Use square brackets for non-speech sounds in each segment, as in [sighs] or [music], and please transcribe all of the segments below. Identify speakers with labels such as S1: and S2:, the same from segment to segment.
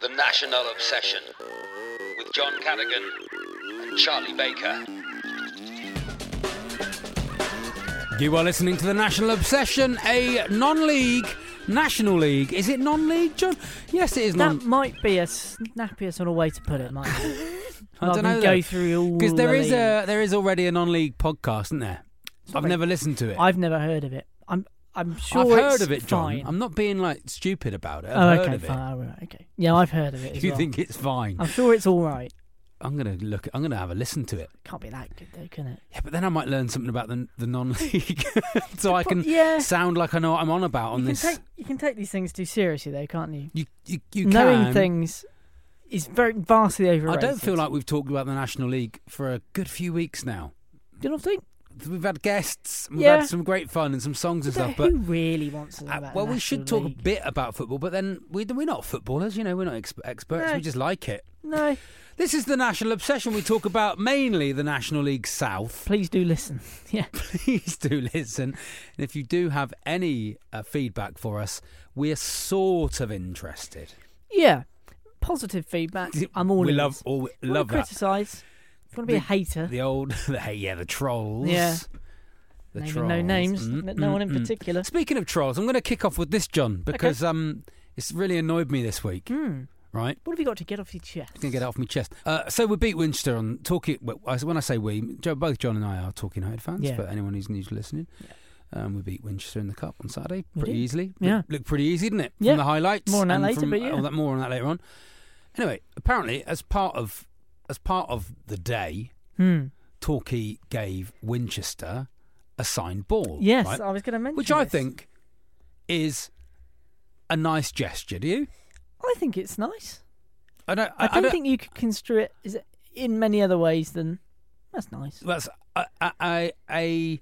S1: The National Obsession with John Cadogan and Charlie Baker.
S2: You are listening to the National Obsession, a non-league National League. Is it non-league, John? Yes, it is non.
S3: That might be a snappiest sort of way to put it.
S2: [laughs]
S3: Mike.
S2: I don't know
S3: Go through all
S2: because there
S3: the
S2: is
S3: leagues.
S2: a there is already a non-league podcast, isn't there?
S3: It's not
S2: I've
S3: very-
S2: never listened to it.
S3: I've never heard of it. I'm. I'm sure
S2: I've heard
S3: it's
S2: of it, John.
S3: fine.
S2: I'm not being like stupid about it. I've
S3: oh,
S2: heard
S3: okay,
S2: of it.
S3: fine. all right, okay. Yeah, I've heard of it.
S2: [laughs]
S3: as
S2: You
S3: well.
S2: think it's fine?
S3: I'm sure it's all right.
S2: I'm gonna look. I'm gonna have a listen to it.
S3: Can't be that good though, can it?
S2: Yeah, but then I might learn something about the the non-league, [laughs] so I can
S3: yeah.
S2: sound like I know what I'm on about on
S3: you
S2: this.
S3: Can take, you can take these things too seriously, though, can't you?
S2: you you, you
S3: Knowing
S2: can.
S3: things is very vastly
S2: I
S3: overrated.
S2: don't feel like we've talked about the National League for a good few weeks now.
S3: You don't think?
S2: We've had guests, we've
S3: Yeah.
S2: had some great fun and some songs and stuff,
S3: Who
S2: but
S3: really wants to know
S2: Uh,
S3: about
S2: well,
S3: the
S2: we should
S3: National
S2: talk a
S3: League?
S2: bit about football, but then we, we're not footballers, you know, we're not exp- experts,
S3: No.
S2: we just like it.
S3: No,
S2: This is the National Obsession. We talk about mainly the National League South. [laughs]
S3: please do listen. Yeah,
S2: Please do listen. And if you do have any uh, feedback for us, we're sort of interested.
S3: yeah. Positive feedback. I'm all.
S2: we
S3: in
S2: love,
S3: this.
S2: all, we
S3: Wanna
S2: love that.
S3: Criticise. Want to be a hater?
S2: The old, [laughs] the, yeah, the trolls.
S3: Yeah.
S2: The
S3: Naming
S2: trolls. Mm-hmm. Mm,
S3: no names, n- no one in particular.
S2: Speaking of trolls, I'm going to kick off with this, John, because um, it's really annoyed me this week.
S3: Hmm.
S2: Right?
S3: What have you got to get off your chest?
S2: Just gonna get it off my chest. Uh, so we beat Winchester on talking. well, I- When I say we, Jo- both John and I are talking Hyde fans.
S3: Yeah.
S2: For anyone who's new to listening, um, we beat Winchester in the cup on Saturday
S3: We
S2: pretty
S3: did.
S2: easily.
S3: Yeah.
S2: looked, looked pretty easy, didn't it?
S3: Yeah.
S2: From the highlights.
S3: More on that
S2: and
S3: later,
S2: from
S3: but yeah.
S2: all that, more on that later on. Anyway, apparently as part of as part of the day,
S3: Hmm.
S2: Torquay gave Winchester a signed ball.
S3: Yes,
S2: right?
S3: I was going to mention.
S2: which I
S3: this.
S2: think is a nice gesture. Do you?
S3: I think it's nice.
S2: I don't.
S3: I, don't think you could construe it as- in many other ways than that's nice.
S2: that's a a, a, a,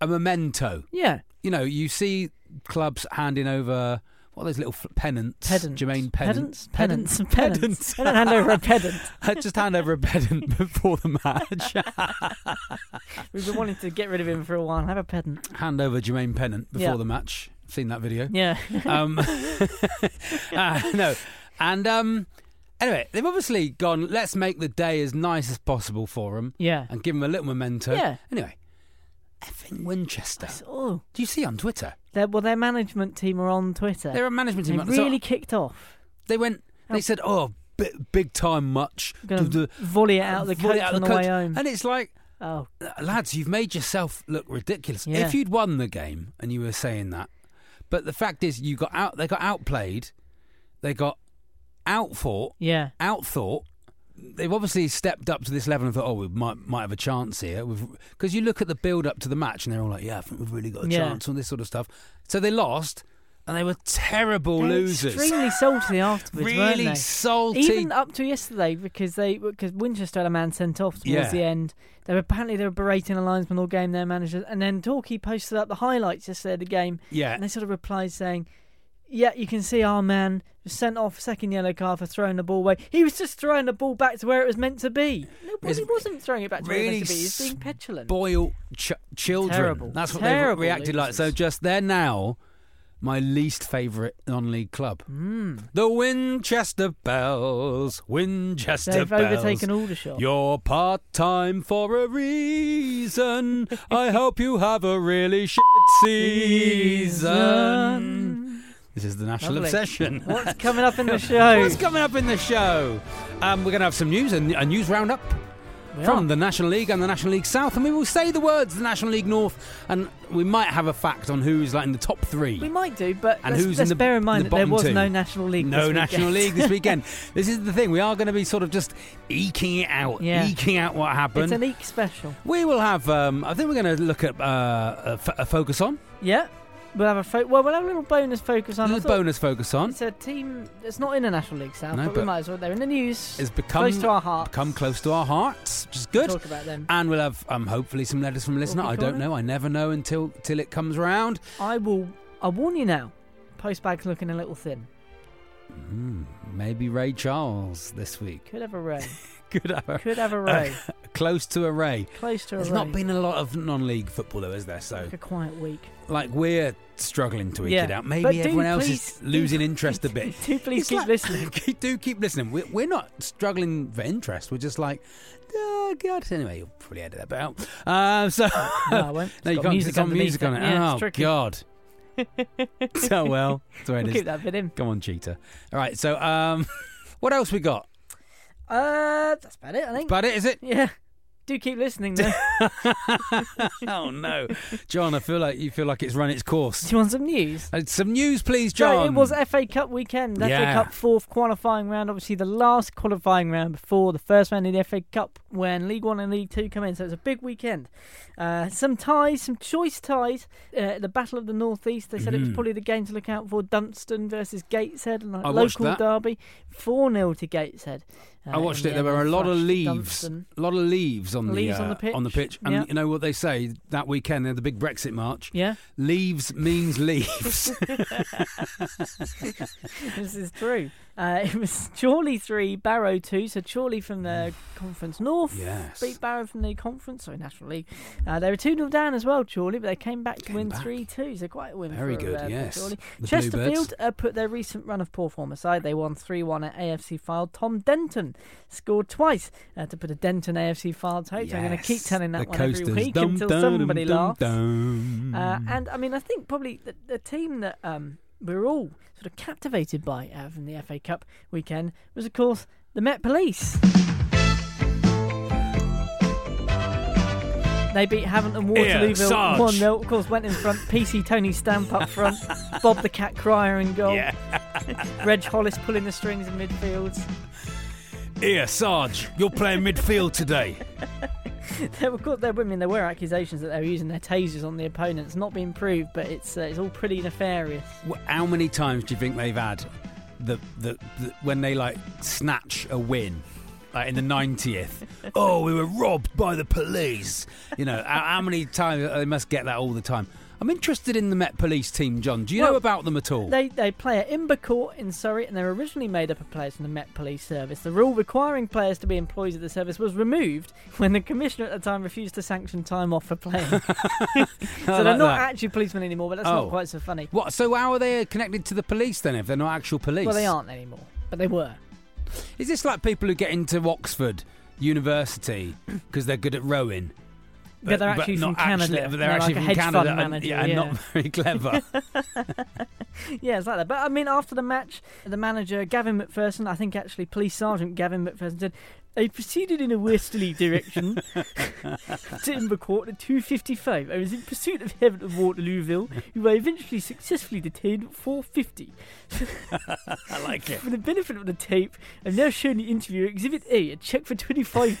S2: a memento.
S3: Yeah,
S2: You know, you see clubs handing over what are those little f- pennants,
S3: pedants.
S2: Jermaine pennants,
S3: Pedants. Pedants.
S2: pedants.
S3: Pedants. I don't hand over a pedant.
S2: [laughs] Just hand over a pedant [laughs] before the match. [laughs]
S3: We've been wanting to get rid of him for a while. Have a pedant.
S2: hand over Jermaine pennant before
S3: Yeah.
S2: the match. Seen that video?
S3: Yeah. [laughs]
S2: Um, [laughs] uh, no, and um, anyway, they've obviously gone. Let's make the day as nice as possible for them,
S3: Yeah.
S2: and give them a little memento.
S3: Yeah.
S2: Anyway, effing Winchester.
S3: Oh,
S2: Do you see on Twitter?
S3: their, well, their management team are on Twitter.
S2: They're a management team.
S3: They
S2: so-
S3: really kicked off.
S2: They went. They
S3: Oh.
S2: said, "Oh, bi- big time much."
S3: Gonna
S2: Duh, duh.
S3: volley it out the
S2: Volley
S3: coach
S2: out
S3: on the, way home.
S2: And it's like,
S3: oh,
S2: lads, you've made yourself look ridiculous.
S3: Yeah.
S2: If you'd won the game and you were saying that, but the fact is, you got out. They got outplayed. They got outfought,
S3: yeah.
S2: outthought. They've obviously stepped up to this level and thought, "Oh, we might might have a chance here." Because you look at the build up to the match, and they're all like, "Yeah, I think we've really got a
S3: Yeah.
S2: chance on this sort of stuff." So they lost, and they were terrible
S3: They're
S2: losers.
S3: Extremely salty afterwards, weren't
S2: really
S3: they?
S2: salty.
S3: Even up to yesterday, because they because Winchester had a man sent off towards
S2: Yeah.
S3: the end. They were apparently they were berating the linesman all game, their manager, and then Torquay posted up the highlights yesterday of the game.
S2: Yeah.
S3: and they sort of replied saying, "Yeah, you can see our man was sent off second yellow card for throwing the ball away. He was just throwing the ball back to where it was meant to be. No, he
S2: It's
S3: wasn't throwing it back to where it was
S2: really
S3: meant to be. He was being petulant.
S2: spoil ch- children.
S3: Terrible.
S2: That's what
S3: Terrible
S2: they've reacted like. So
S3: losers.
S2: just they're now my least favourite non-league club.
S3: Hmm.
S2: The Winchester Bells, Winchester
S3: They've
S2: Bells.
S3: overtaken Aldershot.
S2: You're part-time for a reason.
S3: [laughs]
S2: I hope you have a really shit season. This is the National
S3: Lovely.
S2: Obsession.
S3: What's coming up in the
S2: [laughs]
S3: show?
S2: What's coming up in the show? Um, we're going to have some news, and a news roundup
S3: We
S2: from
S3: are.
S2: the National League and the National League South, and we will say the words the National League North, and we might have a fact on who's like in the top three.
S3: We might do, but
S2: And
S3: let's,
S2: who's in
S3: let's
S2: the
S3: bear in mind
S2: the
S3: that there
S2: bottom
S3: was
S2: two.
S3: no National League.
S2: No
S3: this
S2: National League
S3: weekend. [laughs]
S2: this weekend. this is the thing. We are going to be sort of just eking it out,
S3: Yeah.
S2: eking out what
S3: it's
S2: happened.
S3: an eek special.
S2: we will have. Um, I think we're going to look at uh, a, f- a focus on,
S3: Yeah, we'll have a fo- well, we'll have a little bonus focus
S2: a
S3: on. I
S2: little
S3: thought
S2: bonus focus on.
S3: It's a team that's not in the National League South,
S2: No,
S3: but,
S2: but
S3: we might as well. They're in the news.
S2: It's become
S3: close to our hearts.
S2: Come close to our hearts, which is
S3: We'll
S2: good.
S3: Talk about them.
S2: And we'll have um, hopefully some letters from a listener.
S3: be
S2: I
S3: cool.
S2: don't know. I never know until till it comes round.
S3: I will. I warn you now. Postbag's looking a little thin.
S2: Hmm, maybe Ray Charles this
S3: [laughs]
S2: week.
S3: Could have a ray.
S2: Could have a,
S3: Could
S2: [laughs]
S3: have a ray.
S2: close to a Ray.
S3: Close to a
S2: There's
S3: ray.
S2: Uh, not been a lot of non-league football, though, is there? So
S3: like a quiet week.
S2: like we're struggling to eke
S3: Yeah.
S2: it out.
S3: But
S2: Maybe
S3: do
S2: everyone else
S3: please-
S2: is losing interest a bit.
S3: [laughs] do please
S2: [laughs]
S3: keep listening.
S2: keep- do keep listening. We're, we're not struggling for interest. We're just like, oh god. Anyway, you'll probably edit that bit out. Um, so [laughs]
S3: No, I won't.
S2: [laughs]
S3: It's
S2: no, you
S3: got
S2: can't.
S3: music
S2: It's on
S3: underneath
S2: music
S3: it.
S2: on it.
S3: Yeah, it's
S2: oh
S3: tricky. [laughs]
S2: god. so well. That's the way it
S3: We'll
S2: is.
S3: keep that bit in.
S2: Come on, cheater. All right. So um, [laughs] what else we got?
S3: Uh, that's about it. I think.
S2: About it, is it?
S3: yeah. Do keep
S2: [laughs]
S3: listening though.
S2: oh no, John! I feel like you feel like it's run its
S3: Do
S2: course.
S3: you want some news?
S2: Uh, Some news, please,
S3: So
S2: John.
S3: it was FA Cup weekend.
S2: Yeah.
S3: FA Cup fourth qualifying round. Obviously, the last qualifying round before the first round in the FA Cup when League One and League Two come in. So it's a big weekend. Uh, some ties, some choice ties. Uh, the Battle of the Northeast. They said it was probably the game to look out for. Dunstan versus Gateshead, like
S2: Mm-hmm. I watched
S3: local
S2: that.
S3: derby. 4 0 to Gateshead. uh,
S2: I watched
S3: in
S2: it.
S3: the
S2: There were a
S3: end,
S2: lot of
S3: thrashed
S2: leaves,
S3: Dunstan.
S2: a lot of leaves on
S3: Leaves
S2: the
S3: on
S2: uh,
S3: the pitch,
S2: And
S3: yeah.
S2: you know what they say that weekend? They had the big Brexit march.
S3: Yeah, [laughs]
S2: Leaves means leaves.
S3: this is true. Uh, it was Chorley 3, Barrow 2. So Chorley from the
S2: Mm.
S3: Conference North.
S2: [laughs] yes.
S3: beat Barrow from the conference, sorry, National League. Uh, they were 2 0 down as well, Chorley, but they came back to
S2: Came
S3: win
S2: back.
S3: 3 2. So quite a win
S2: Very
S3: for,
S2: good,
S3: uh, for
S2: yes.
S3: Chorley.
S2: The
S3: Chesterfield
S2: Bluebirds.
S3: uh, put their recent run of poor form aside. They won 3 1 at AFC file. Tom Denton scored twice uh, to put a dent in AFC file total. I'm going to keep
S2: Yes.
S3: telling that
S2: the
S3: one
S2: coasters.
S3: every week
S2: Dum,
S3: until
S2: dum,
S3: somebody
S2: dum,
S3: laughs.
S2: dum.
S3: Uh, and I mean, I think probably the, the team that um, we were all sort of captivated by uh, from the FA Cup weekend was, of course, the Met Police. They beat Havant and Waterlooville
S2: Sarge.
S3: 1 0. Of course, went in front.
S2: [laughs]
S3: PC Tony Stamp up front. Bob the Cat Crier in goal.
S2: yeah.
S3: [laughs] Reg Hollis pulling the strings in midfield.
S2: Here, Sarge, you're playing midfield today.
S3: There were, of course, there, were- I mean, there were accusations that they were using their tasers on the opponents. Not being proved, but it's uh, it's all pretty nefarious.
S2: Wh- How many times do you think they've had the, the, the when they like snatch a win? Like in the
S3: [laughs]
S2: 90th. oh, we were robbed by the police. You know, how, how many times uh, they must get that all the time. I'm interested in the Met Police team, John. Do you
S3: Well,
S2: know about them at all?
S3: They they play at Imbercourt in Surrey, and they're originally made up of players from the Met Police Service. The rule requiring players to be employees of the service was removed when the commissioner at the time refused to sanction time off
S2: [laughs]
S3: for playing. [laughs] so
S2: I
S3: they're
S2: like
S3: not
S2: that.
S3: actually policemen anymore, but that's
S2: Oh.
S3: not quite so funny.
S2: What? So how are they connected to the police then if they're not actual police?
S3: Well, they aren't anymore, but they were.
S2: Is this like people who get into Oxford University because they're good at rowing?
S3: But they're actually from
S2: Uh, not actually-
S3: Canada.
S2: but
S3: They're
S2: they're
S3: like
S2: actually
S3: a
S2: from
S3: hedge fund
S2: Canada and,
S3: manager,
S2: yeah, and
S3: yeah.
S2: not very
S3: [laughs]
S2: clever.
S3: Yeah, it's like that. But I mean, after the match, the manager Gavin McPherson, I think actually police sergeant Gavin McPherson said, They proceeded in a westerly direction
S2: [laughs]
S3: to Invercourt at 2.55. I was in pursuit of Heaven of Waterlooville, who I eventually successfully detained at 4.50.
S2: I like it.
S3: For the benefit of the tape, I've now shown the interviewer Exhibit A, a cheque for 25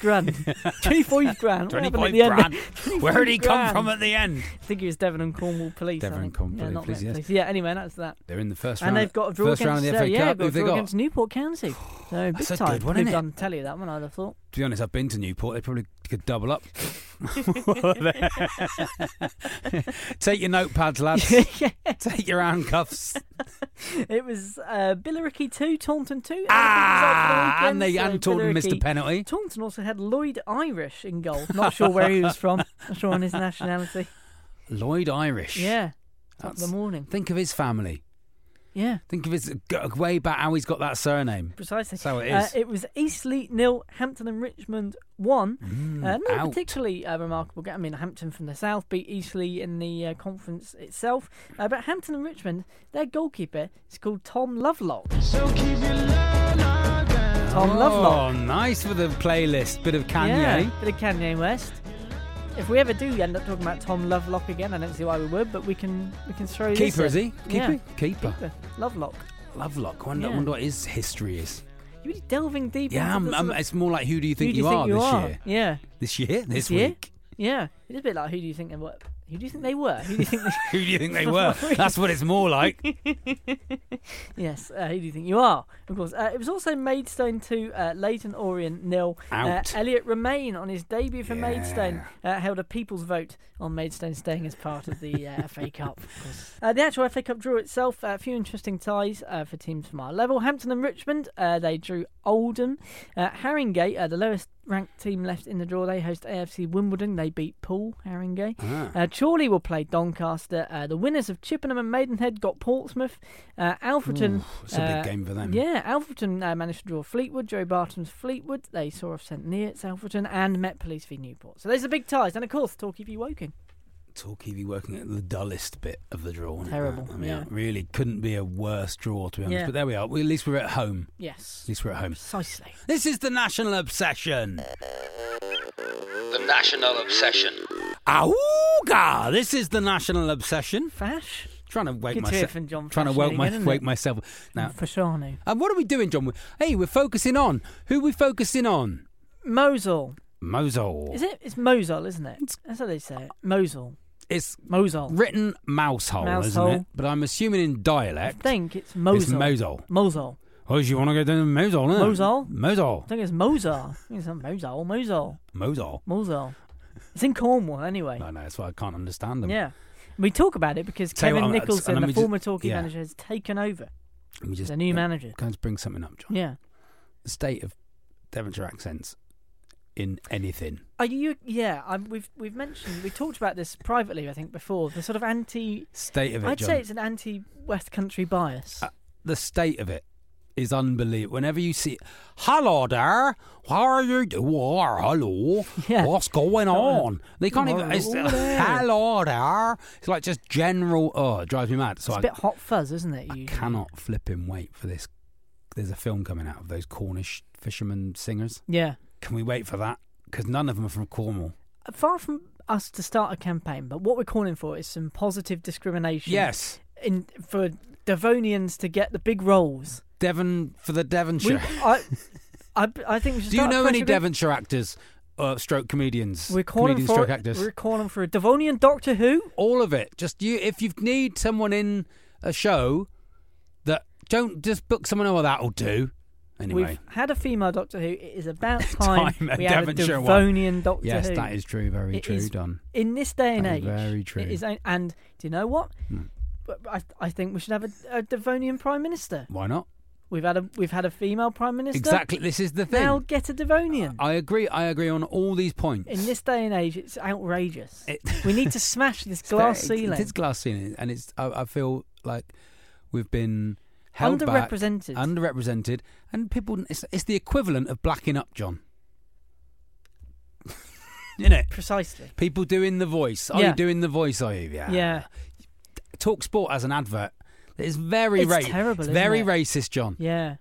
S2: [laughs]
S3: grand. 25 grand. What happened at
S2: 25
S3: the end?
S2: grand.
S3: [laughs]
S2: Where did he
S3: 25
S2: come from
S3: grand.
S2: at the end?
S3: I think it was Devon and Cornwall Police. I
S2: Devon and
S3: think.
S2: Cornwall
S3: yeah, not
S2: Police,
S3: Met
S2: yes.
S3: Police. Yeah, anyway, that's that.
S2: They're in the first
S3: And
S2: round.
S3: they've got a draw
S2: first
S3: against
S2: round in the
S3: uh,
S2: FA
S3: yeah,
S2: Cup.
S3: they've got a
S2: Who've they
S3: draw
S2: got?
S3: against
S2: [sighs]
S3: Newport County. So big
S2: That's a
S3: time.
S2: good one,
S3: They've
S2: innit?
S3: done tell you that one. I'd have thought.
S2: To be honest, I've been to Newport. They probably could double
S3: [laughs]
S2: up. [laughs] Take your notepads, lads.
S3: [laughs]
S2: Take your handcuffs.
S3: It was uh, Billericay two, Taunton two. and I think it was
S2: ah,
S3: after the
S2: and they
S3: weekend,
S2: and
S3: so
S2: Taunton missed a
S3: Billericay-
S2: penalty.
S3: Taunton also had Lloyd Irish in goal. Not sure where he
S2: [laughs]
S3: was from. Not sure on his nationality.
S2: Lloyd Irish.
S3: Yeah, top of
S2: That's-
S3: the morning.
S2: Think of his family.
S3: Yeah,
S2: Think of his go- way back how he's got that surname.
S3: precisely.
S2: That's how it
S3: Uh,
S2: is.
S3: it was Eastleigh nil, Hampton and Richmond one. uh, not
S2: Mm, out.
S3: particularly uh, remarkable. game. I mean, Hampton from the south beat Eastleigh in the uh, conference itself. Uh, but Hampton and Richmond, their goalkeeper is called Tom Lovelock. Tom Lovelock.
S2: Oh, nice for the playlist. Bit of Kanye.
S3: Yeah, bit of Kanye West. If we ever do end up talking about Tom Lovelock again, I don't see why we would, but we can we can throw this
S2: Keeper,
S3: in.
S2: is he? Keeper?
S3: Yeah.
S2: Keeper.
S3: Lovelock.
S2: Lovelock. Wonder,
S3: Yeah.
S2: wonder what his history is.
S3: You're really delving deep.
S2: Yeah,
S3: into
S2: I'm,
S3: the
S2: I'm-
S3: sort of-
S2: it's more like who do you
S3: who
S2: think
S3: do
S2: you,
S3: you think
S2: are
S3: you
S2: this
S3: are?
S2: year?
S3: Yeah,
S2: This year? This,
S3: year?
S2: week? [laughs]
S3: yeah. It's a bit like who do you think they were? Who do you think they were? Who do
S2: [laughs]
S3: you think? [laughs] They...
S2: Who do you think they
S3: [laughs]
S2: were? That's what it's more like.
S3: yes, uh, who do you think you are? Of course. Uh, it was also Maidstone two, uh, Leighton Orient nil. Uh,
S2: Out.
S3: Elliot Romain on his debut for
S2: Yeah.
S3: Maidstone uh, held a people's vote on Maidstone staying as part of the uh, FA Cup.
S2: [laughs]
S3: Of course. Uh, the actual FA Cup draw itself, uh, a few interesting ties uh, for teams from our level. Hampton and Richmond, uh, they drew Oldham. Uh, Haringey, uh, the lowest ranked team left in the draw, they host AFC Wimbledon. They beat Poole, Haringey.
S2: Ah.
S3: Uh, Chorley will play Doncaster. Uh, the winners of Chippenham and Maidenhead got Portsmouth. Uh, Alfreton.
S2: It's a big
S3: uh,
S2: game for them.
S3: yeah, Alfreton uh, managed to draw Fleetwood, Joe Barton's Fleetwood. They saw off St. Neots, Alfreton, and Met Police v Newport. So those are big ties. And of course, Torquay v Woking.
S2: Torquay be working at the dullest bit of the draw. wasn't it,
S3: Terrible,
S2: that? I mean,
S3: yeah.
S2: it really couldn't be a worse draw, to be honest.
S3: Yeah.
S2: But there we are. We, at least we're at home.
S3: Yes.
S2: At least we're at home.
S3: Precisely.
S2: This is the national obsession.
S1: The National Obsession.
S2: Auga! This is the national obsession.
S3: Fash.
S2: Trying to wake
S3: Good to hear
S2: myself.
S3: from John
S2: Trying to
S3: Fash
S2: wake,
S3: again,
S2: my,
S3: isn't
S2: wake
S3: it? Mm.
S2: myself. Now,
S3: Fashanu.
S2: and what are we doing, John? Hey, we're focusing on who we focusing on.
S3: Mosul.
S2: Mosul.
S3: Is it? It's Mosul, isn't it? That's how they say it. Mosul.
S2: It's
S3: Mosul.
S2: written mousehole, isn't
S3: Mousehole.
S2: it? But I'm assuming in
S3: I
S2: dialect.
S3: think it's Mosul.
S2: Mosul.
S3: Mosul.
S2: Oh, you want to go down to Mosul? innit?
S3: Mosul?
S2: Mosul.
S3: I think it's Mosul. I think it's not Mosul. Mosul.
S2: Mosul.
S3: Mosul. It's in Cornwall, anyway.
S2: I know, that's why I can't understand them.
S3: Yeah. We talk about it because
S2: Tell you
S3: Kevin
S2: what, I'm-
S3: Nicholson,
S2: let
S3: the
S2: me just-
S3: former Torquay
S2: yeah.
S3: manager, has taken over.
S2: Let me
S3: He's a new
S2: let-
S3: manager.
S2: Can I just bring something up, John?
S3: Yeah.
S2: The state of Devonshire accents in anything.
S3: Are you? Yeah, i we've we've mentioned we talked about this privately, I think, before the sort of anti.
S2: State of it,
S3: I'd
S2: John.
S3: say it's an anti-West Country bias.
S2: Uh, the state of it is unbelievable. Whenever you see, hello there, how are you? do- War, hello,
S3: [laughs] Yeah.
S2: what's going
S3: Hello.
S2: on? They can't even.
S3: Hello
S2: It's,
S3: there.
S2: hello there. It's like just general. Oh, it drives me mad. So
S3: it's
S2: I,
S3: a bit hot fuzz, isn't it?
S2: I
S3: usually?
S2: cannot flip and wait for this. There's a film coming out of those Cornish fishermen singers.
S3: Yeah,
S2: Can we wait for that? Because none of them are from Cornwall.
S3: far from us to start a campaign, but what we're calling for is some positive discrimination.
S2: Yes,
S3: in for Devonians to get the big roles.
S2: Devon for the
S3: We,
S2: Devonshire.
S3: I, I, I think we should
S2: Do you
S3: start a
S2: know
S3: press
S2: any
S3: release.
S2: Devonshire actors, uh, stroke comedians,
S3: We're calling
S2: comedian
S3: for
S2: stroke actors?
S3: we're calling for a Devonian Doctor Who.
S2: all of it. Just you, if you need someone in a show, that don't just book someone. Oh, that'll do. Anyway,
S3: We've had a female Doctor Who. It is about
S2: [laughs]
S3: time,
S2: Time, a
S3: we had a
S2: Devonshire one.
S3: Devonian Doctor
S2: yes,
S3: Who.
S2: that is true. Very
S3: It
S2: true,
S3: is-
S2: Don.
S3: in this day and
S2: That
S3: age.
S2: is very true. Hmm.
S3: It is, o- and do you know what? But I, I think we should have a, a Devonian Prime Minister.
S2: Why not?
S3: We've had a we've had a female Prime Minister.
S2: Exactly. This is the thing.
S3: Now get a Devonian.
S2: I agree. I agree on all these points.
S3: in this day and age, it's outrageous.
S2: It-
S3: we need to smash
S2: [laughs]
S3: this
S2: It's
S3: glass
S2: very-
S3: ceiling.
S2: It is glass ceiling, and it's. I, I feel like we've been held
S3: Underrepresented.
S2: back, underrepresented, and people. It's, it's the equivalent of blacking up, John. [laughs] Isn't it?
S3: Precisely.
S2: People doing the voice. Are
S3: Yeah.
S2: you doing the voice? Are you? Yeah.
S3: Yeah.
S2: Talk Sport as an advert. It is very
S3: It's
S2: ra-
S3: terrible,
S2: It's
S3: isn't
S2: very
S3: it?
S2: racist, John.
S3: Yeah.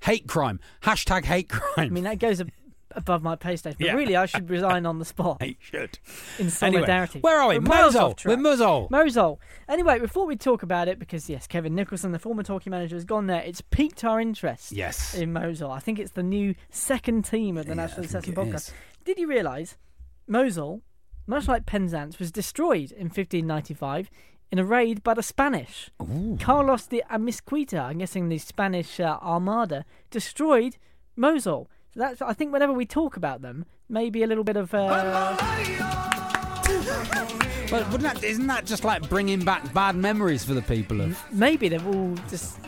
S2: Hate crime. Hashtag hate crime. [laughs]
S3: I mean, that goes a, above my pay stage. But
S2: Yeah.
S3: really, I should resign on the spot
S2: [laughs] Hey, should.
S3: in
S2: Anyway,
S3: solidarity.
S2: where are we?
S3: We're miles
S2: Mozol.
S3: off track.
S2: We're Mozol.
S3: Mozol. Anyway, before we talk about it, because yes, Kevin Nicholson, the former talking manager, has gone there. It's piqued our interest.
S2: Yes.
S3: In Mozol, I think it's the new second team of the
S2: Yeah, I
S3: National
S2: think
S3: Assessment
S2: it
S3: Podcast.
S2: is.
S3: Did you realise Mosul, much like Penzance, was destroyed in 1595 in a raid by the Spanish? Carlos de Amisquita, I'm guessing the Spanish uh, Armada, destroyed Mosul. So that's, I think whenever we talk about them, maybe a little bit of. Uh,
S2: But wouldn't that, isn't that just like bringing back bad memories for the people of?
S3: maybe they've all just.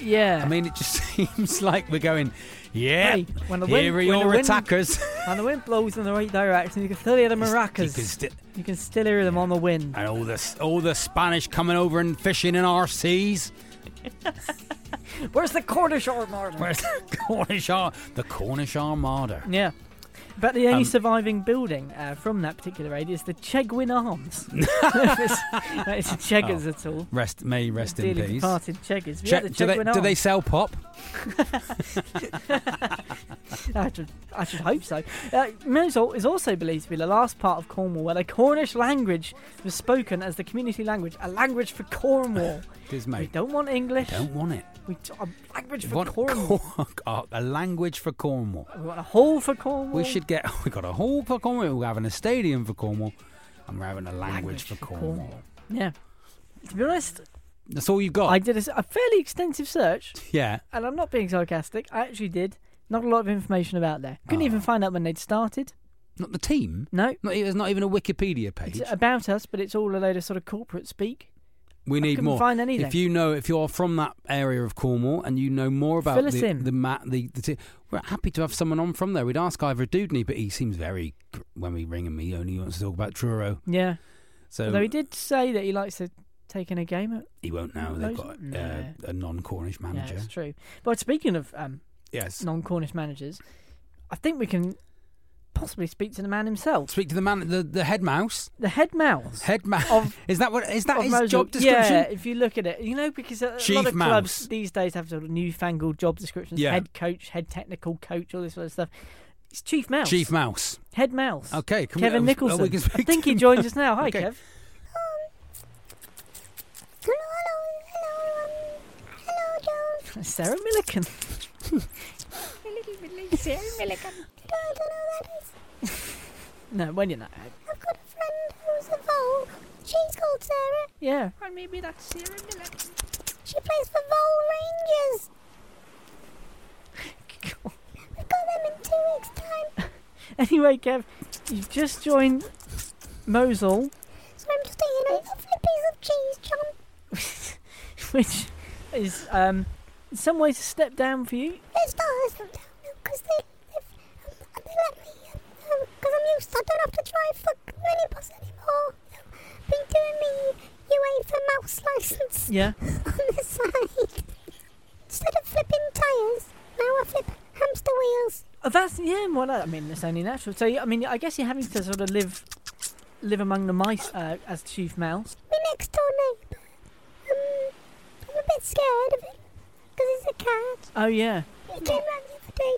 S3: Yeah.
S2: I mean, it just [laughs] seems like we're going. Yeah,
S3: Hey, when the
S2: here
S3: wind-
S2: are
S3: when
S2: your
S3: the wind-
S2: attackers. [laughs]
S3: and the wind blows in the right direction. You can still hear the maracas.
S2: You can sti-
S3: You can still hear them on the wind.
S2: and all the all the Spanish coming over and fishing in our seas. [laughs]
S3: Where's the Cornish Armada?
S2: Where's the Cornish Ar- the Cornish Armada?
S3: Yeah. But the only
S2: Um,
S3: surviving building uh, from that particular raid is the
S2: [laughs]
S3: Chegwin Arms. it's, it's Cheggers at all.
S2: Oh. Rest may rest in
S3: Dearly
S2: peace.
S3: departed Cheggers.
S2: Che-
S3: Yeah, the
S2: do, they,
S3: Chegwin
S2: do they
S3: Arms.
S2: sell pop?
S3: I should, I should hope so. Uh, Mosul is also believed to be the last part of Cornwall where the Cornish language was spoken as the community language, a language for Cornwall.
S2: Because
S3: we
S2: mate,
S3: don't want English.
S2: don't want it.
S3: We t- a language
S2: We
S3: for
S2: want [laughs]
S3: Cornwall.
S2: Cor- uh, a language for Cornwall.
S3: we want a hall for Cornwall.
S2: We should get. [laughs] We got a hall for Cornwall. We're having a stadium for Cornwall, and we're having a language, for Cornwall.
S3: Yeah. To be honest,
S2: That's all you've got.
S3: I did a s a a fairly extensive search.
S2: yeah.
S3: and I'm not being sarcastic. I actually did not a lot of information about there. Couldn't
S2: Ah.
S3: even find out when they'd started.
S2: Not the team.
S3: No,
S2: Not, e- there's not even a Wikipedia page.
S3: it's uh, about us, but it's all a load of sort of corporate speak.
S2: we need
S3: couldn't
S2: more.
S3: find anything.
S2: If you know, if you're from that area of Cornwall and you know more about
S3: Fill us
S2: the
S3: in.
S2: the, ma- the, the t- we're happy to have someone on from there. We'd ask Ivor Dudney, but he seems very gr- when we ring him, he only wants to talk about Truro.
S3: Yeah,
S2: So
S3: although he did say that he likes to take in a game. At,
S2: he won't now. They've
S3: Those-
S2: got uh,
S3: Nah.
S2: a non-Cornish
S3: yeah,
S2: manager.
S3: it's true. But speaking of um,
S2: yes.
S3: non-Cornish managers, I think we can possibly speak to the man himself,
S2: Speak to the man, the, the head mouse.
S3: the head mouse.
S2: Head mouse.
S3: Of-
S2: [laughs] is that what? Is that
S3: of
S2: his
S3: Mosul.
S2: job description?
S3: Yeah, if you look at it, you know, because uh, a, a
S2: Chief
S3: lot of
S2: mouse.
S3: clubs these days have sort of newfangled job descriptions:
S2: Yeah.
S3: head coach, head technical coach, all this sort of stuff. It's chief mouse.
S2: Chief mouse.
S3: Head mouse.
S2: Okay, can we-
S3: Kevin
S2: oh, we
S3: Nicholson.
S2: can
S3: I
S2: speak
S3: think
S2: to
S3: he
S2: him.
S3: joins us
S2: [laughs]
S3: now. Hi,
S2: Okay.
S3: Kev. Sarah Milliken.
S4: A little bit like Sarah Milligan. I don't know who that is.
S3: No, when you're not.
S4: I've got a friend who's a Vole. She's called Sarah,
S3: Yeah. [laughs]
S4: or maybe that's Sarah Milligan. She plays for Vole Rangers. We've got them in two weeks' time,
S3: Anyway, Kev, you've just joined Mosul,
S4: so I'm just eating a lovely piece of cheese, John.
S3: [laughs] which is um, in some ways a step down for you.
S4: It's not us from down now, 'cause they, they've, um, they let me, um, because I'm used, I don't have to drive for minibus anymore. I've been doing me UEFA mouse license.
S3: Yeah.
S4: [laughs] on the side. Instead of flipping tyres, now I flip hamster wheels.
S3: Oh, that's yeah. Well, I mean, it's only natural. So, I mean, I guess you're having to sort of live live among the mice uh, as chief mouse.
S4: My next door neighbour, um, I'm a bit scared of him because he's a cat.
S3: Oh yeah.
S4: He came round the other day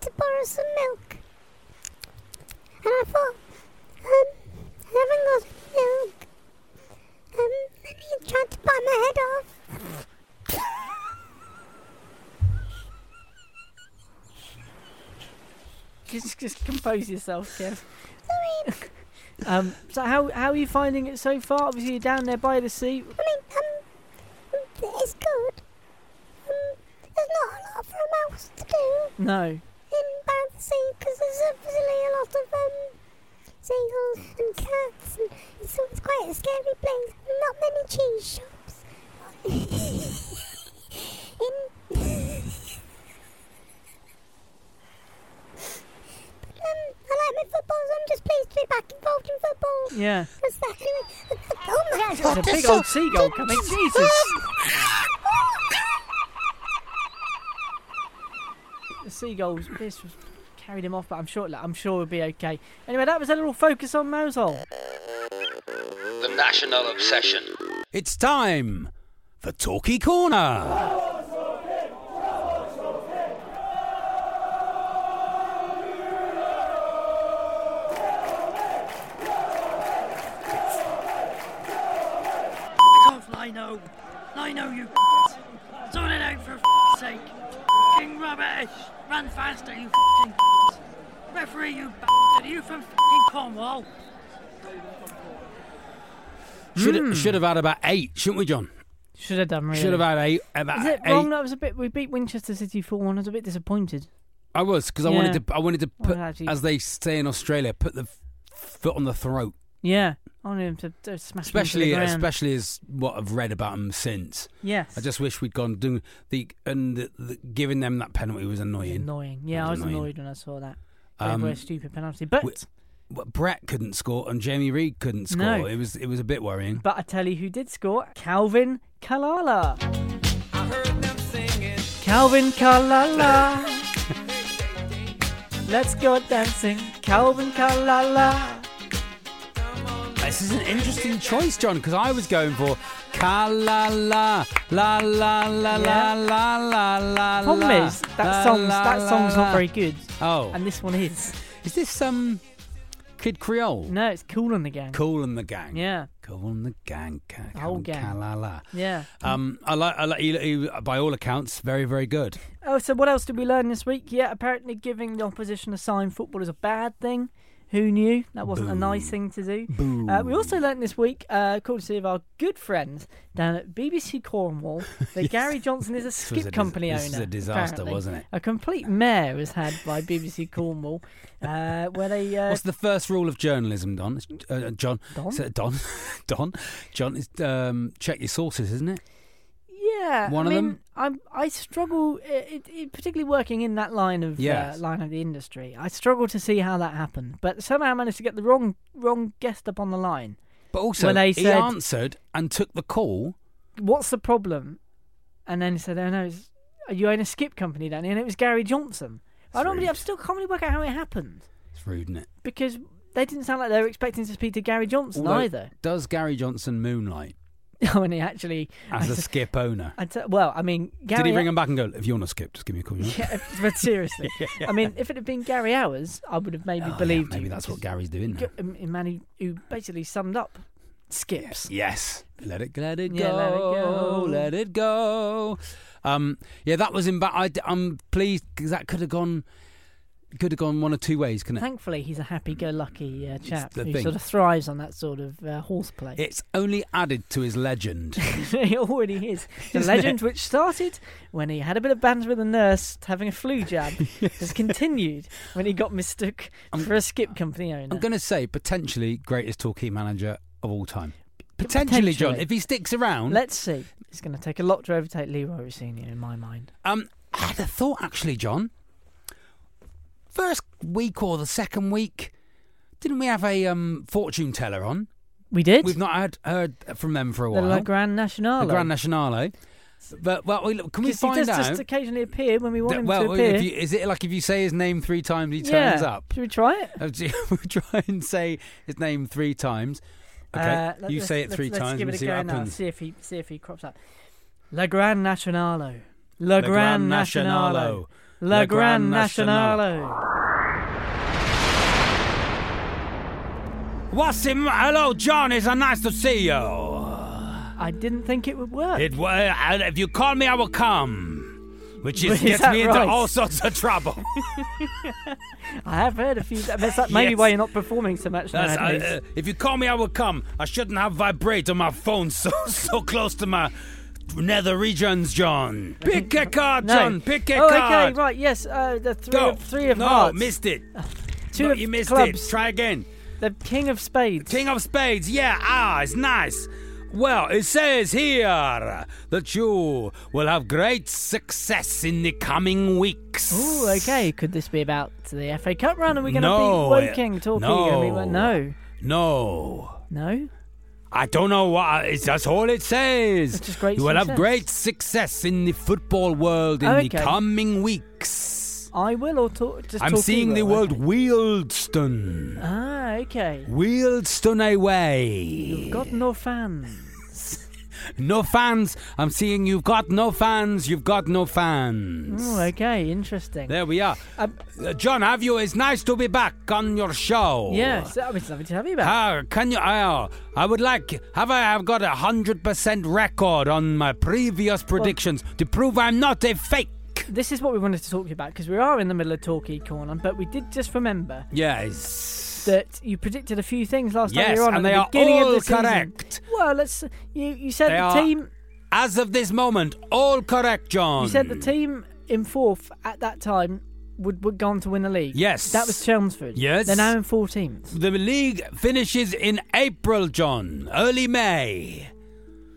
S4: to, to borrow some milk. And I thought, um, I haven't got any milk. Um, and he tried to bite my head off. [laughs]
S3: Just, just compose yourself, Kev.
S4: Sorry.
S3: Um, so how how are you finding it so far? Obviously, you're down there by the sea.
S4: I mean, um, it's good. Um, there's not a lot for a mouse to do.
S3: No.
S4: in Barrow Sea because there's obviously a lot of um, seagulls and cats, and, and so it's quite a scary place. Not many cheese shops. [laughs] in but um, I like my football, so I'm just pleased to be back involved in football.
S3: Yeah.
S4: What's that? Anyway, oh my god!
S3: There's a big old seagull coming.
S4: [laughs]
S3: Jesus. The seagulls. This was carried him off, but I'm sure it'll- I'm sure it'll be okay. Anyway, that was a little focus on Mosul.
S1: The National Obsession.
S2: It's time for Talkie Corner.
S5: I know you. f***ers. Sort it out for f***ing sake. F***ing rubbish. Run faster, you f***ing. f***ers. Referee, you bastard. Are you from f***ing Cornwall?
S2: Should,
S3: Hmm.
S2: should have had about eight, shouldn't we, John?
S3: Should have done really.
S2: Should have had eight. About
S3: Is it
S2: eight.
S3: wrong? That was a bit. We beat Winchester City four one. I was a bit disappointed.
S2: I was because I
S3: Yeah. Oh,
S2: wanted to. I wanted to put,
S3: Well, actually-
S2: as they say in Australia, put the f- foot on the throat.
S3: Yeah, I wanted him to, to smash. him into the
S2: Especially,
S3: ground.
S2: especially as what I've read about them since.
S3: Yes.
S2: I just wish we'd gone doing the and the, the, giving them that penalty was annoying.
S3: annoying. Yeah,
S2: It
S3: I
S2: was
S3: was
S2: annoying.
S3: annoyed when I saw that.
S2: Um,
S3: Um, a stupid penalty, but
S2: wi- But Brett couldn't score and Jamie Reed couldn't score.
S3: No.
S2: It was it was a bit worrying.
S3: but I tell you who did score: Calvin Kalala. Calvin Kalala. Let's go dancing, Calvin Kalala.
S2: This is an interesting choice, John, because I was going for ka la la la la la la
S3: Yeah.
S2: la la la.
S3: Problem
S2: la,
S3: is
S2: la,
S3: that song's
S2: la,
S3: that
S2: la,
S3: song's
S2: la.
S3: not very good,
S2: Oh,
S3: and this one is.
S2: is this um Kid Creole?
S3: No, it's Cool on the Gang.
S2: Cool and the gang.
S3: Yeah,
S2: Cool and the gang. Ka,
S3: The whole gang.
S2: Ka la la.
S3: yeah.
S2: Um, I like. I like. He, he, by all accounts, very very good.
S3: Oh, so what else did we learn this week? Yeah, apparently giving the opposition a sign football is a bad thing. Who knew? That wasn't a nice thing to do. Uh, we also learned this week, uh, courtesy of our good friends down at
S2: [laughs]
S3: BBC Cornwall, that Gary Johnson is a
S2: was a
S3: skip
S2: dis-
S3: company
S2: this
S3: owner.
S2: is a disaster,
S3: apparently.
S2: wasn't it?
S3: A complete mare was had by BBC Cornwall, uh, where
S2: [laughs]
S3: they. Uh,
S2: What's the first rule of journalism, Don? It's, Uh, John.
S3: Don?
S2: Is it Don. [laughs] Don. John. Is, um, check your sources, isn't it?
S3: yeah,
S2: one
S3: I
S2: of
S3: mean,
S2: them?
S3: I'm, I struggle, it, it, particularly working in that line of
S2: Yes.
S3: uh, line of the industry. I struggle to see how that happened, but somehow I managed to get the wrong wrong guest up on the line.
S2: But also,
S3: When they
S2: he
S3: said-
S2: answered and took the call.
S3: what's the problem? And then he said, oh no, it's, you own a skip company, Danny, and it was Gary Johnson. I don't really, I'm still can't really work out how it happened
S2: It's rude, isn't it?
S3: because they didn't sound like they were expecting to speak to Gary Johnson
S2: Although,
S3: either. [laughs]
S2: Does Gary Johnson moonlight
S3: when he actually,
S2: as
S3: I
S2: a
S3: s-
S2: skip owner?
S3: I t- well, I mean, Uh, Gary. uh,
S2: Did he ring him back and go, "If you're not skip, just give me a call"? you know?"
S3: Yeah, [laughs]
S2: [laughs]
S3: but seriously, I mean, if it had been Gary Hours, I would have maybe
S2: Oh, yeah,
S3: believed.
S2: maybe
S3: you,
S2: that's what Gary's doing. Now.
S3: G- a a um, man who, who basically summed up skips.
S2: Yes. Let it let it go.
S3: Yeah, let it go.
S2: Let it go. Um, yeah, that was in back. I, am pleased 'cause that could have gone, could have gone one of two ways, couldn't it?
S3: Thankfully, he's a happy-go-lucky uh, chap
S2: the
S3: who
S2: thing.
S3: sort of thrives on that sort of uh, horseplay. [laughs]
S2: It's only added to his legend.
S3: it already
S2: [laughs]
S3: is. The
S2: Isn't
S3: legend
S2: it?
S3: which started when he had a bit of banter with a nurse having a flu
S2: [laughs]
S3: jab has continued when he got mistook for a skip company owner.
S2: I'm going to say potentially greatest talkie manager of all time. Potentially, John,
S3: Potentially.
S2: if he sticks around.
S3: Let's see. It's going to take a lot to overtake Leroy Rossini in my mind.
S2: um, I had a thought actually, John. First week or the second week, didn't we have a um, fortune teller on?
S3: We did.
S2: We've not had, heard from them for a
S3: the
S2: while.
S3: La Grande
S2: the
S3: Nationale.
S2: Grand Nationale. But well, we- can we
S3: 'Cause he
S2: find
S3: does
S2: out?
S3: just occasionally appear when we want
S2: that-
S3: him
S2: well,
S3: to appear.
S2: if you, is it like if you say his name three times, he
S3: yeah.
S2: turns up? [laughs]
S3: Should we try it?
S2: Uh, do you- [laughs] we try and say his name three times. Okay,
S3: Uh, let-
S2: you
S3: let's-
S2: say it 3
S3: let's,
S2: times
S3: Let's give
S2: and
S3: it
S2: see
S3: a go
S2: what
S3: now.
S2: happens.
S3: See if he see if he crops up. La Grande Nationale. La,
S2: Grande
S3: Grande
S2: Nationale.
S3: Nationale.
S2: La
S3: La
S2: Grande
S3: Grande Nationale.
S2: What's him? Hello, John. It's uh, nice to see you.
S3: I didn't think it would work.
S2: It wa- uh, if you call me, I will come. Which is,
S3: [laughs] Is
S2: gets
S3: that
S2: me
S3: right?
S2: into all sorts of trouble.
S3: I have heard a few.
S2: [laughs]
S3: That's that maybe
S2: Yes.
S3: why you're not performing so much
S2: That's- I-
S3: nowadays.
S2: uh, if you call me, I will come. I shouldn't have vibrate on my phone [laughs] so so close to my nether regions, John. Pick a card,
S3: [laughs] no.
S2: John. Pick a
S3: oh,
S2: card.
S3: okay, right. Yes, uh, the three
S2: Go.
S3: of three of
S2: no,
S3: hearts,
S2: missed it.
S3: [laughs] two
S2: No,
S3: of
S2: you missed
S3: clubs,
S2: it. Try again.
S3: the king of spades.
S2: King of Spades. Yeah. Ah, it's nice. Well, it says here that you will have great success in the coming weeks.
S3: Ooh, okay. Could this be about the FA Cup run? Are we going to
S2: No,
S3: be Woking talking?
S2: no.
S3: Are we- no,
S2: No.
S3: no.
S2: I don't know why. It's, that's all it says.
S3: It's just great
S2: you will have
S3: success.
S2: great success in the football world in
S3: Oh,
S2: the
S3: okay.
S2: coming weeks.
S3: I will or talk. Just
S2: I'm
S3: talking
S2: seeing the
S3: will,
S2: word
S3: okay.
S2: Wealdstone.
S3: Ah, okay.
S2: Wealdstone away. [laughs]
S3: You've got no fans.
S2: No fans. I'm seeing you've got no fans. You've got no fans.
S3: Oh, okay, interesting.
S2: There we are.
S3: Um,
S2: Uh, John, have you? It's nice to be back on your show.
S3: yeah, so, I mean, it's lovely to have you back.
S2: How Ah, can you? I, oh, I would like. Have I have got a hundred percent record on my previous predictions to prove I'm not a fake?
S3: This is what we wanted to talk to you about because we are in the middle of Torquay Corner, but we did just remember
S2: Yes.
S3: that you predicted a few things last
S2: Yes,
S3: time you were on
S2: and
S3: at
S2: they
S3: the
S2: are
S3: beginning
S2: all
S3: of the season.
S2: correct.
S3: Well, let's. You you said
S2: They
S3: the
S2: are-
S3: team.
S2: As of this moment, all correct, John.
S3: You said the team in fourth at that time would would go on to win the league.
S2: Yes.
S3: that was Chelmsford.
S2: Yes.
S3: they're now in fourteenth.
S2: The league finishes in April, John. Early May.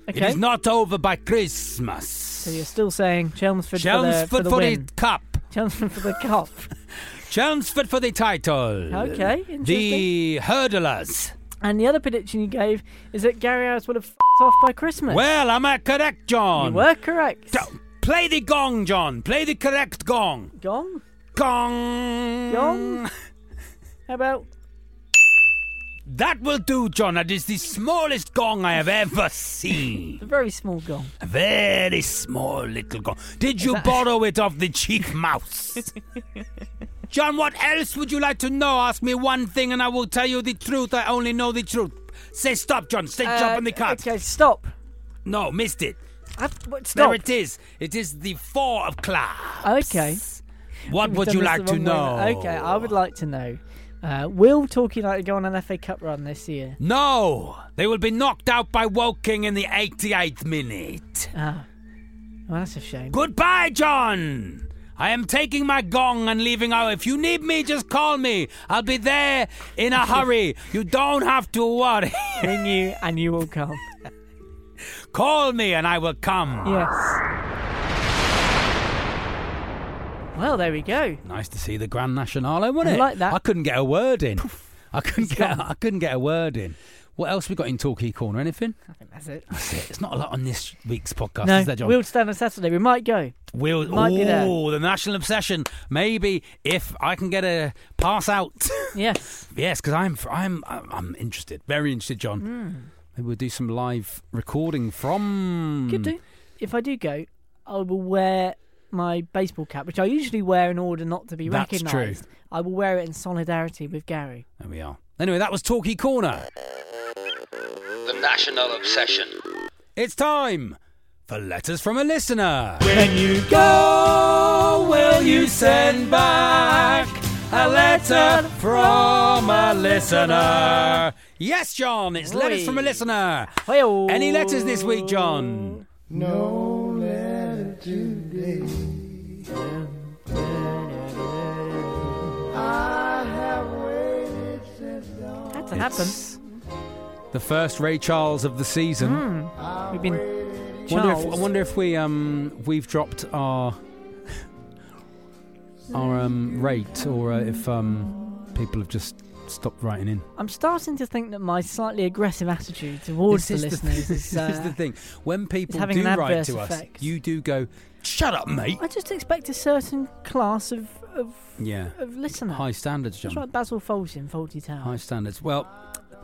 S3: Okay,
S2: It is not over by Christmas.
S3: so you're still saying Chelmsford,
S2: Chelmsford
S3: for the, for the win.
S2: Cup.
S3: Chelmsford for the cup.
S2: Chelmsford for the title.
S3: Okay, interesting.
S2: The hurdlers.
S3: and the other prediction you gave is that Gary Harris would have f***ed off by Christmas.
S2: Well, am I correct, John?
S3: you were correct.
S2: D- Play the gong, John. Play the correct gong.
S3: Gone.
S2: Gong.
S3: Gong. How about
S2: That will do, John. That is the smallest gong I have ever seen.
S3: the very small gong?
S2: A very small little gong. Did you borrow it of the chief
S3: [laughs]
S2: mouse? John, what else would you like to know? Ask me one thing and I will tell you the truth. I only know the truth. Say stop, John. Say
S3: Uh,
S2: jump on the cart.
S3: Okay, stop.
S2: No, missed it.
S3: I,
S2: There
S3: what, stop.
S2: it is. It is the four of clubs.
S3: Okay.
S2: What
S3: We've
S2: would
S3: done
S2: you
S3: this
S2: like
S3: the
S2: to
S3: wrong
S2: know?
S3: way. Okay, I would like to know. Uh, will Torquay United go on an FA Cup run this year?
S2: No, they will be knocked out by Woking in the 88th minute.
S3: Ah, well, that's a
S2: [laughs]
S3: shame.
S2: Goodbye, John. I am taking my gong and leaving out. If you need me, just call me. I'll be there in
S3: [laughs]
S2: a hurry. You don't have to worry. [laughs]
S3: Ring you and you will come.
S2: call me and I will come.
S3: Yes.
S2: Ah.
S3: Well, there we go.
S2: Nice to see the Grand Nationale, wasn't
S3: I
S2: it?
S3: like that.
S2: I couldn't get a word in. I couldn't get. I couldn't get a word in. What else we got in Talkie Corner? Anything?
S3: I think that's it.
S2: That's it. It's not a lot on this week's podcast,
S3: No,
S2: is there, John?
S3: we'll stand on Saturday. We might go.
S2: Will
S3: Might be there.
S2: oh, the national obsession. Maybe if I can get a pass out. [laughs]
S3: Yes.
S2: yes, because I'm I'm I'm interested, very interested, John.
S3: Hmm.
S2: Maybe we'll do some live recording from.
S3: Could do. If I do go, I will wear my baseball cap, which I usually wear in order not to be
S2: That's true.
S3: recognised. I will wear it in solidarity with Gary.
S2: There we are. Anyway, that was Talkie Corner.
S1: The National Obsession.
S2: It's time for letters from a listener.
S3: When you
S2: go, will you send back a letter from a listener? Yes, John, it's letters
S3: Oi.
S2: from a listener.
S3: Hey-o.
S2: Any letters this week, John?
S3: Had to happen.
S2: It's The first Ray Charles of the season.
S3: We've been.
S2: Wonder if, I
S3: Hmm, Charles.
S2: wonder if we um we've dropped our our um rate or uh, if um people have just stopped writing in.
S3: I'm starting to think that my slightly aggressive attitude towards the
S2: [laughs]
S3: listeners
S2: thing-
S3: is.
S2: this is
S3: uh,
S2: the thing. When people
S3: having
S2: do
S3: an
S2: write
S3: adverse
S2: to us,
S3: effect.
S2: you do go, "Shut up, mate."
S3: I just expect a certain class of of,
S2: Yeah,
S3: of listener.
S2: high standards,
S3: That's
S2: John.
S3: right, Basil Folsom, Faulty Tower.
S2: High standards. Well,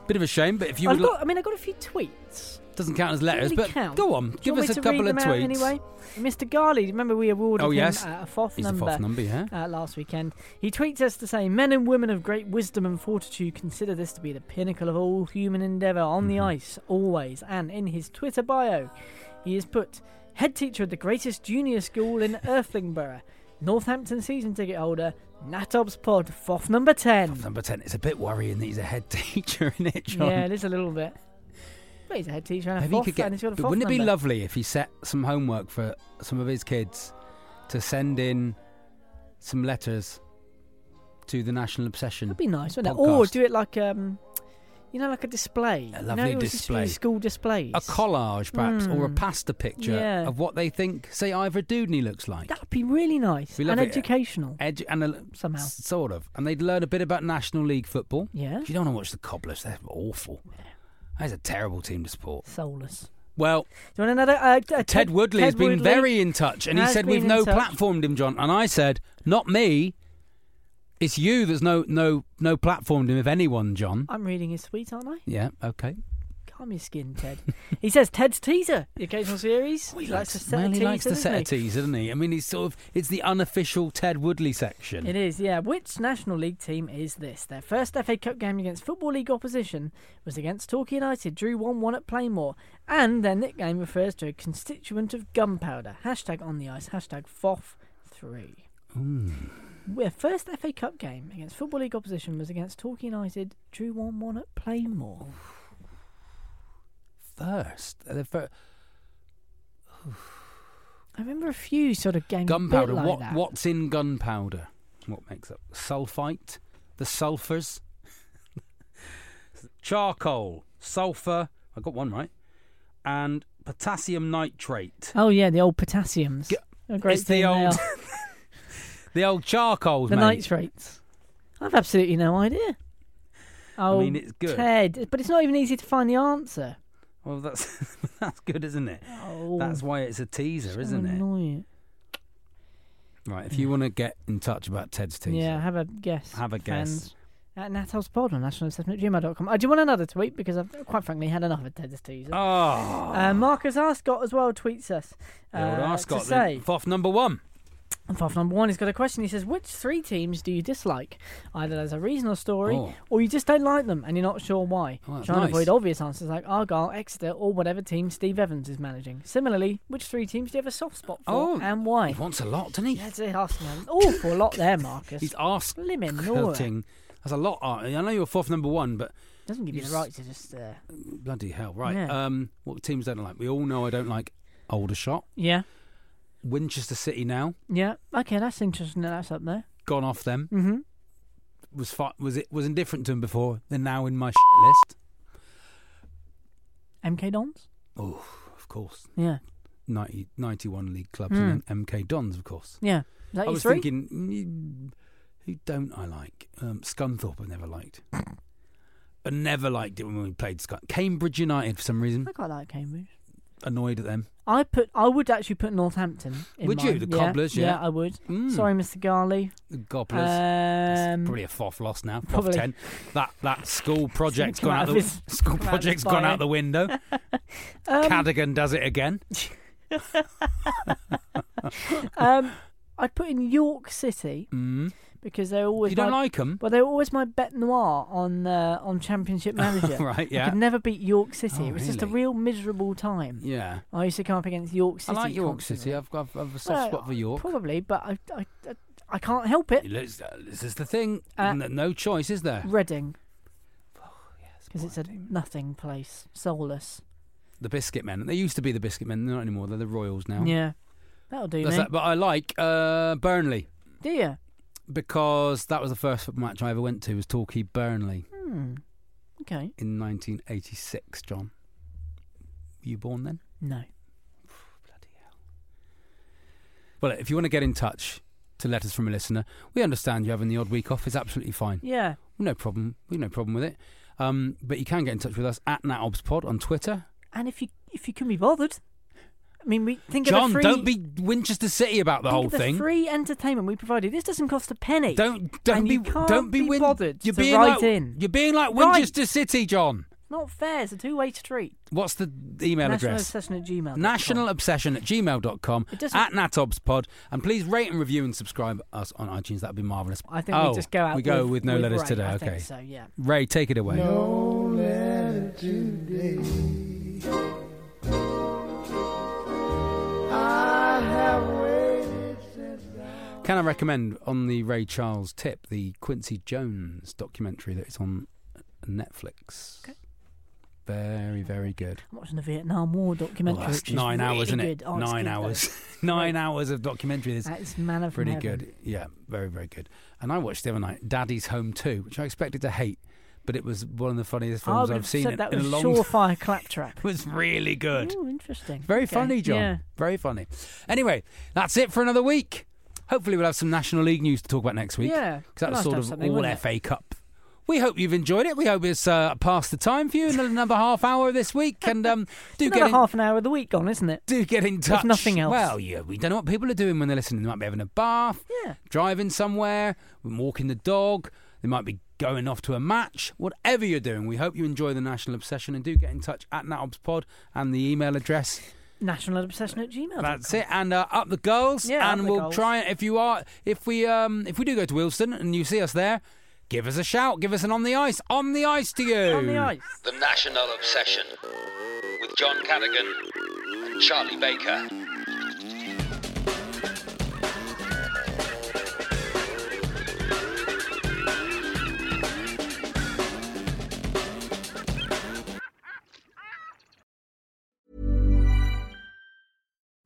S2: bit of a shame, but if you
S3: I've
S2: would
S3: got,
S2: like-
S3: I mean, I got a few tweets.
S2: doesn't count as letters,
S3: really
S2: but
S3: count.
S2: go on,
S3: Do you
S2: give us
S3: want me
S2: a
S3: to
S2: couple
S3: read
S2: of
S3: them out
S2: tweets.
S3: Anyway, Mr. Garley, remember we awarded
S2: Oh,
S3: him
S2: yes.
S3: uh, a fourth
S2: He's the
S3: number.
S2: fourth number, yeah.
S3: uh, last weekend. He tweets us to say, Men and women of great wisdom and fortitude consider this to be the pinnacle of all human endeavour on
S2: Mm-hmm.
S3: the ice, always. And in his Twitter bio, he has put, Head teacher at the greatest junior school in Earthlingborough, Northampton season ticket holder, Natob's Pod, FOF number 10.
S2: Number ten. It's a bit worrying that he's a head [laughs] teacher in it, John.
S3: yeah, it is a little bit. But he's a head teacher and a
S2: Maybe he
S3: FOF,
S2: could get.
S3: and he's got a
S2: But
S3: FOF
S2: wouldn't it be
S3: number.
S2: lovely if he set some homework for some of his kids to send in some letters to the National Obsession?
S3: That'd be nice, wouldn't it? Or
S2: podcast.
S3: do it like um, you know, like a display.
S2: A
S3: You know,
S2: lovely
S3: it always used to be
S2: display.
S3: School displays.
S2: a collage, perhaps, or a
S3: Mm.
S2: pasta picture
S3: Yeah.
S2: of what they think, say, Ivor Dudney looks like.
S3: That'd be really nice
S2: We
S3: and
S2: love it.
S3: educational.
S2: Edu- and a,
S3: Somehow.
S2: s- sort of, and they'd learn a bit about National League football.
S3: Yeah.
S2: You don't want to watch the Cobblers; they're awful. That is a terrible team to support.
S3: Soulless.
S2: Well,
S3: Do you want another? Uh, t- uh,
S2: Ted Woodley has
S3: Ted
S2: been
S3: Woodley.
S2: very in touch, and he
S3: has
S2: said
S3: been
S2: we've
S3: in
S2: no
S3: touch.
S2: platformed him, John. And I said, not me. It's you that's no no no platformed him, if anyone, John.
S3: I'm reading his tweet, aren't I?
S2: Yeah, okay.
S3: God, Calm your skin, Ted. [laughs] he says Ted's teaser, the occasional series.
S2: Well, he
S3: likes,
S2: likes,
S3: to set a
S2: well, he
S3: teaser,
S2: likes to
S3: doesn't
S2: set
S3: he?
S2: a teaser, doesn't he? I mean, he's sort of it's the unofficial Ted Woodley section.
S3: It is, yeah. Which National League team is this? Their first FA Cup game against Football League opposition was against Torquay United, drew 1 1 at Playmore, and their nickname refers to a constituent of gunpowder. Hashtag on the ice, hashtag FOF3.
S2: Hmm.
S3: Their first FA Cup game against Football League opposition was against Torquay United, drew 1 1 at Playmore.
S2: First, the fir-
S3: I remember a few sort of games. a bit
S2: gunpowder.
S3: like
S2: what
S3: that.
S2: what's in gunpowder? What makes up sulfite? The sulfurs, [laughs] charcoal, sulfur. I got one right, and potassium
S3: [laughs]
S2: nitrate.
S3: Oh, yeah, the old potassiums.
S2: G-
S3: A great
S2: it's the
S3: team they
S2: old,
S3: are.
S2: the old charcoals,
S3: the
S2: mate.
S3: nitrates. I've absolutely no idea. Oh,
S2: mean, it's good.
S3: Ted, but it's not even easy to find the answer.
S2: Well, that's [laughs] that's good, isn't it?
S3: Oh,
S2: That's why it's a teaser,
S3: so
S2: isn't it?
S3: annoying.
S2: Right. If you want to get in touch about Ted's teaser,
S3: Yeah, have a guess.
S2: have a
S3: fans.
S2: guess.
S3: At Natal's pod on nationalassessment@gmail.com. I do want another tweet because I've quite frankly had enough of Ted's teaser.
S2: Oh,
S3: Uh, Marcus Arscott as well tweets us uh,
S2: the old Ascot,
S3: to say,
S2: Foff number one.
S3: And Five number one, he's got a question. He says, "Which three teams do you dislike? Either there's a reason or story,
S2: Oh.
S3: or you just don't like them and you're not sure why.
S2: Oh, that's
S3: Trying
S2: nice.
S3: to avoid obvious answers like Argyle, Exeter, or whatever team Steve Evans is managing. Similarly, which three teams do you have a soft spot for
S2: Oh.
S3: and why?"
S2: He wants a lot, doesn't he?
S3: That's an awful lot there, Marcus.
S2: He's asked
S3: Blimmin' Nora.
S2: cutting. That's a lot. Art. I know you're fourth number one, but
S3: Doesn't give you
S2: You
S3: the right to just. Uh,
S2: bloody hell, right?
S3: Yeah.
S2: Um, what teams don't I like? We all know I don't like Aldershot,
S3: yeah,
S2: Winchester City. Now
S3: yeah. Okay, that's interesting. That that's up there.
S2: gone off them.
S3: Mm-hmm.
S2: Was fi- was it was indifferent to them before? They're now in my shit list.
S3: MK Dons.
S2: Oh, of course,
S3: Yeah,
S2: 90, 91 league clubs
S3: Hmm.
S2: and then MK Dons, of course.
S3: yeah. Is that
S2: I
S3: your
S2: was
S3: three?
S2: thinking, mm, who don't I like? Um, Scunthorpe, I never liked. I never liked it when we played Scun. Cambridge United for some reason
S3: I quite like Cambridge.
S2: annoyed at them.
S3: I put. I would actually put Northampton. In
S2: Would you?
S3: mine.
S2: The
S3: Yeah,
S2: Cobblers, yeah.
S3: I would.
S2: Mm.
S3: Sorry, Mr. Garley.
S2: The Gobblers. That's
S3: Um,
S2: probably a fourth loss now. Fourth
S3: probably.
S2: ten. That that
S3: [laughs]
S2: school project's
S3: come
S2: gone out.
S3: out of
S2: The,
S3: his-
S2: [laughs] school
S3: come out of Um, his
S2: project's gone
S3: bio.
S2: out the window.
S3: [laughs]
S2: Cadogan does it again.
S3: um, I'd put in York City
S2: Mm.
S3: because they're always.
S2: You don't
S3: my,
S2: like them,
S3: [laughs] Well, they're always my bet noir on uh,
S2: [laughs]
S3: on Championship Manager.
S2: right?
S3: I
S2: Yeah,
S3: could never beat York City.
S2: Oh,
S3: it was just a
S2: really?
S3: real miserable time.
S2: yeah.
S3: I used to come up against York
S2: I
S3: City.
S2: like York
S3: constantly.
S2: City. I've got I've, I've a soft
S3: Well,
S2: spot for York.
S3: Probably, but I I, I, I can't help it.
S2: Let's- uh, This is the thing.
S3: Uh,
S2: no, no choice, is there?
S3: Reading.
S2: Oh,
S3: Because it's a nothing place, soulless.
S2: The Biscuit Men. They used to be the Biscuit Men. They're not anymore. They're the Royals now.
S3: Yeah, that'll do
S2: That's
S3: me.
S2: Oh. that, but I like uh, Burnley
S3: Do you?
S2: because that was the first football match I ever went to. Was Torquay Burnley
S3: Hmm. Okay.
S2: in 1986. John, were you born then?
S3: No.
S2: Well, if you want to get in touch to letters from a listener, we understand you having the odd week off. It's absolutely fine.
S3: Yeah.
S2: No problem. We've no problem with it. Um, but you can get in touch with us at NatObsPod on Twitter.
S3: And if you if you can be bothered, I mean, we think of
S2: John,
S3: the free,
S2: don't be Winchester City about the
S3: think
S2: whole
S3: of the
S2: thing.
S3: free entertainment we provided. This doesn't cost a penny.
S2: Don't don't
S3: And
S2: be
S3: you can't
S2: don't be,
S3: be
S2: Win-
S3: bothered
S2: You're
S3: to
S2: being
S3: write
S2: like,
S3: in.
S2: You're being like
S3: Write.
S2: Winchester City, John.
S3: Not fair. It's a two way street.
S2: What's the email
S3: National
S2: address?
S3: Obsession at gmail.
S2: National Obsession at gmail.com
S3: It doesn't-
S2: at NatObsPod. And please rate and review and subscribe us on iTunes. That'd be marvellous.
S3: I think
S2: oh,
S3: we just go out.
S2: We go with, no letters
S3: Ray,
S2: today.
S3: I
S2: okay.
S3: Think so yeah.
S2: Ray, take it away. Can I recommend on the Ray Charles tip the Quincy Jones documentary that is on Netflix?
S3: Okay.
S2: Very, very good.
S3: I'm watching the Vietnam War
S2: Well,
S3: documentary.
S2: that's
S3: which is
S2: nine hours,
S3: really
S2: isn't
S3: good.
S2: it?
S3: Oh, it's
S2: nine
S3: good, though.
S2: hours. [laughs]
S3: [laughs]
S2: nine hours of documentary. This
S3: That's man of
S2: pretty
S3: heaven.
S2: good. Yeah, very, very good. And I watched the other night Daddy's Home 2, which I expected to hate, but it was one of the funniest
S3: I
S2: films
S3: would
S2: I've
S3: have
S2: seen
S3: said
S2: in,
S3: that
S2: in
S3: was
S2: a long
S3: surefire
S2: [laughs]
S3: claptrap.
S2: It was really good.
S3: Ooh, interesting.
S2: Very
S3: Okay.
S2: funny, John.
S3: Yeah.
S2: Very funny. Anyway, that's it for another week. Hopefully, we'll have some National League news to talk about next week.
S3: Yeah,
S2: because that
S3: be
S2: was
S3: nice to
S2: sort
S3: have
S2: of
S3: something,
S2: all
S3: wouldn't it?
S2: FA Cup. We hope you've enjoyed it. We hope it's uh, past the time for you in another half hour this week. And um, do
S3: [laughs] Another
S2: get in,
S3: half an hour of the week gone, isn't it?
S2: do get in touch.
S3: nothing else.
S2: Well, yeah, we don't know what people are doing when they're listening. They might be having a bath,
S3: Yeah.
S2: driving somewhere, walking the dog. They might be going off to a match, whatever you're doing, we hope you enjoy the National Obsession and do get in touch at NatObsPod and the email
S3: [laughs]
S2: address.
S3: National obsession at Gmail.
S2: That's it. And uh, up the goals.
S3: Yeah, up
S2: and
S3: the
S2: we'll
S3: goals.
S2: try. If you are, if we, um, if we do go to Wilston and you see us there, give us a shout. Give us an on the ice. On the ice to you.
S3: On the ice.
S1: The National Obsession with John Cadogan and Charlie Baker.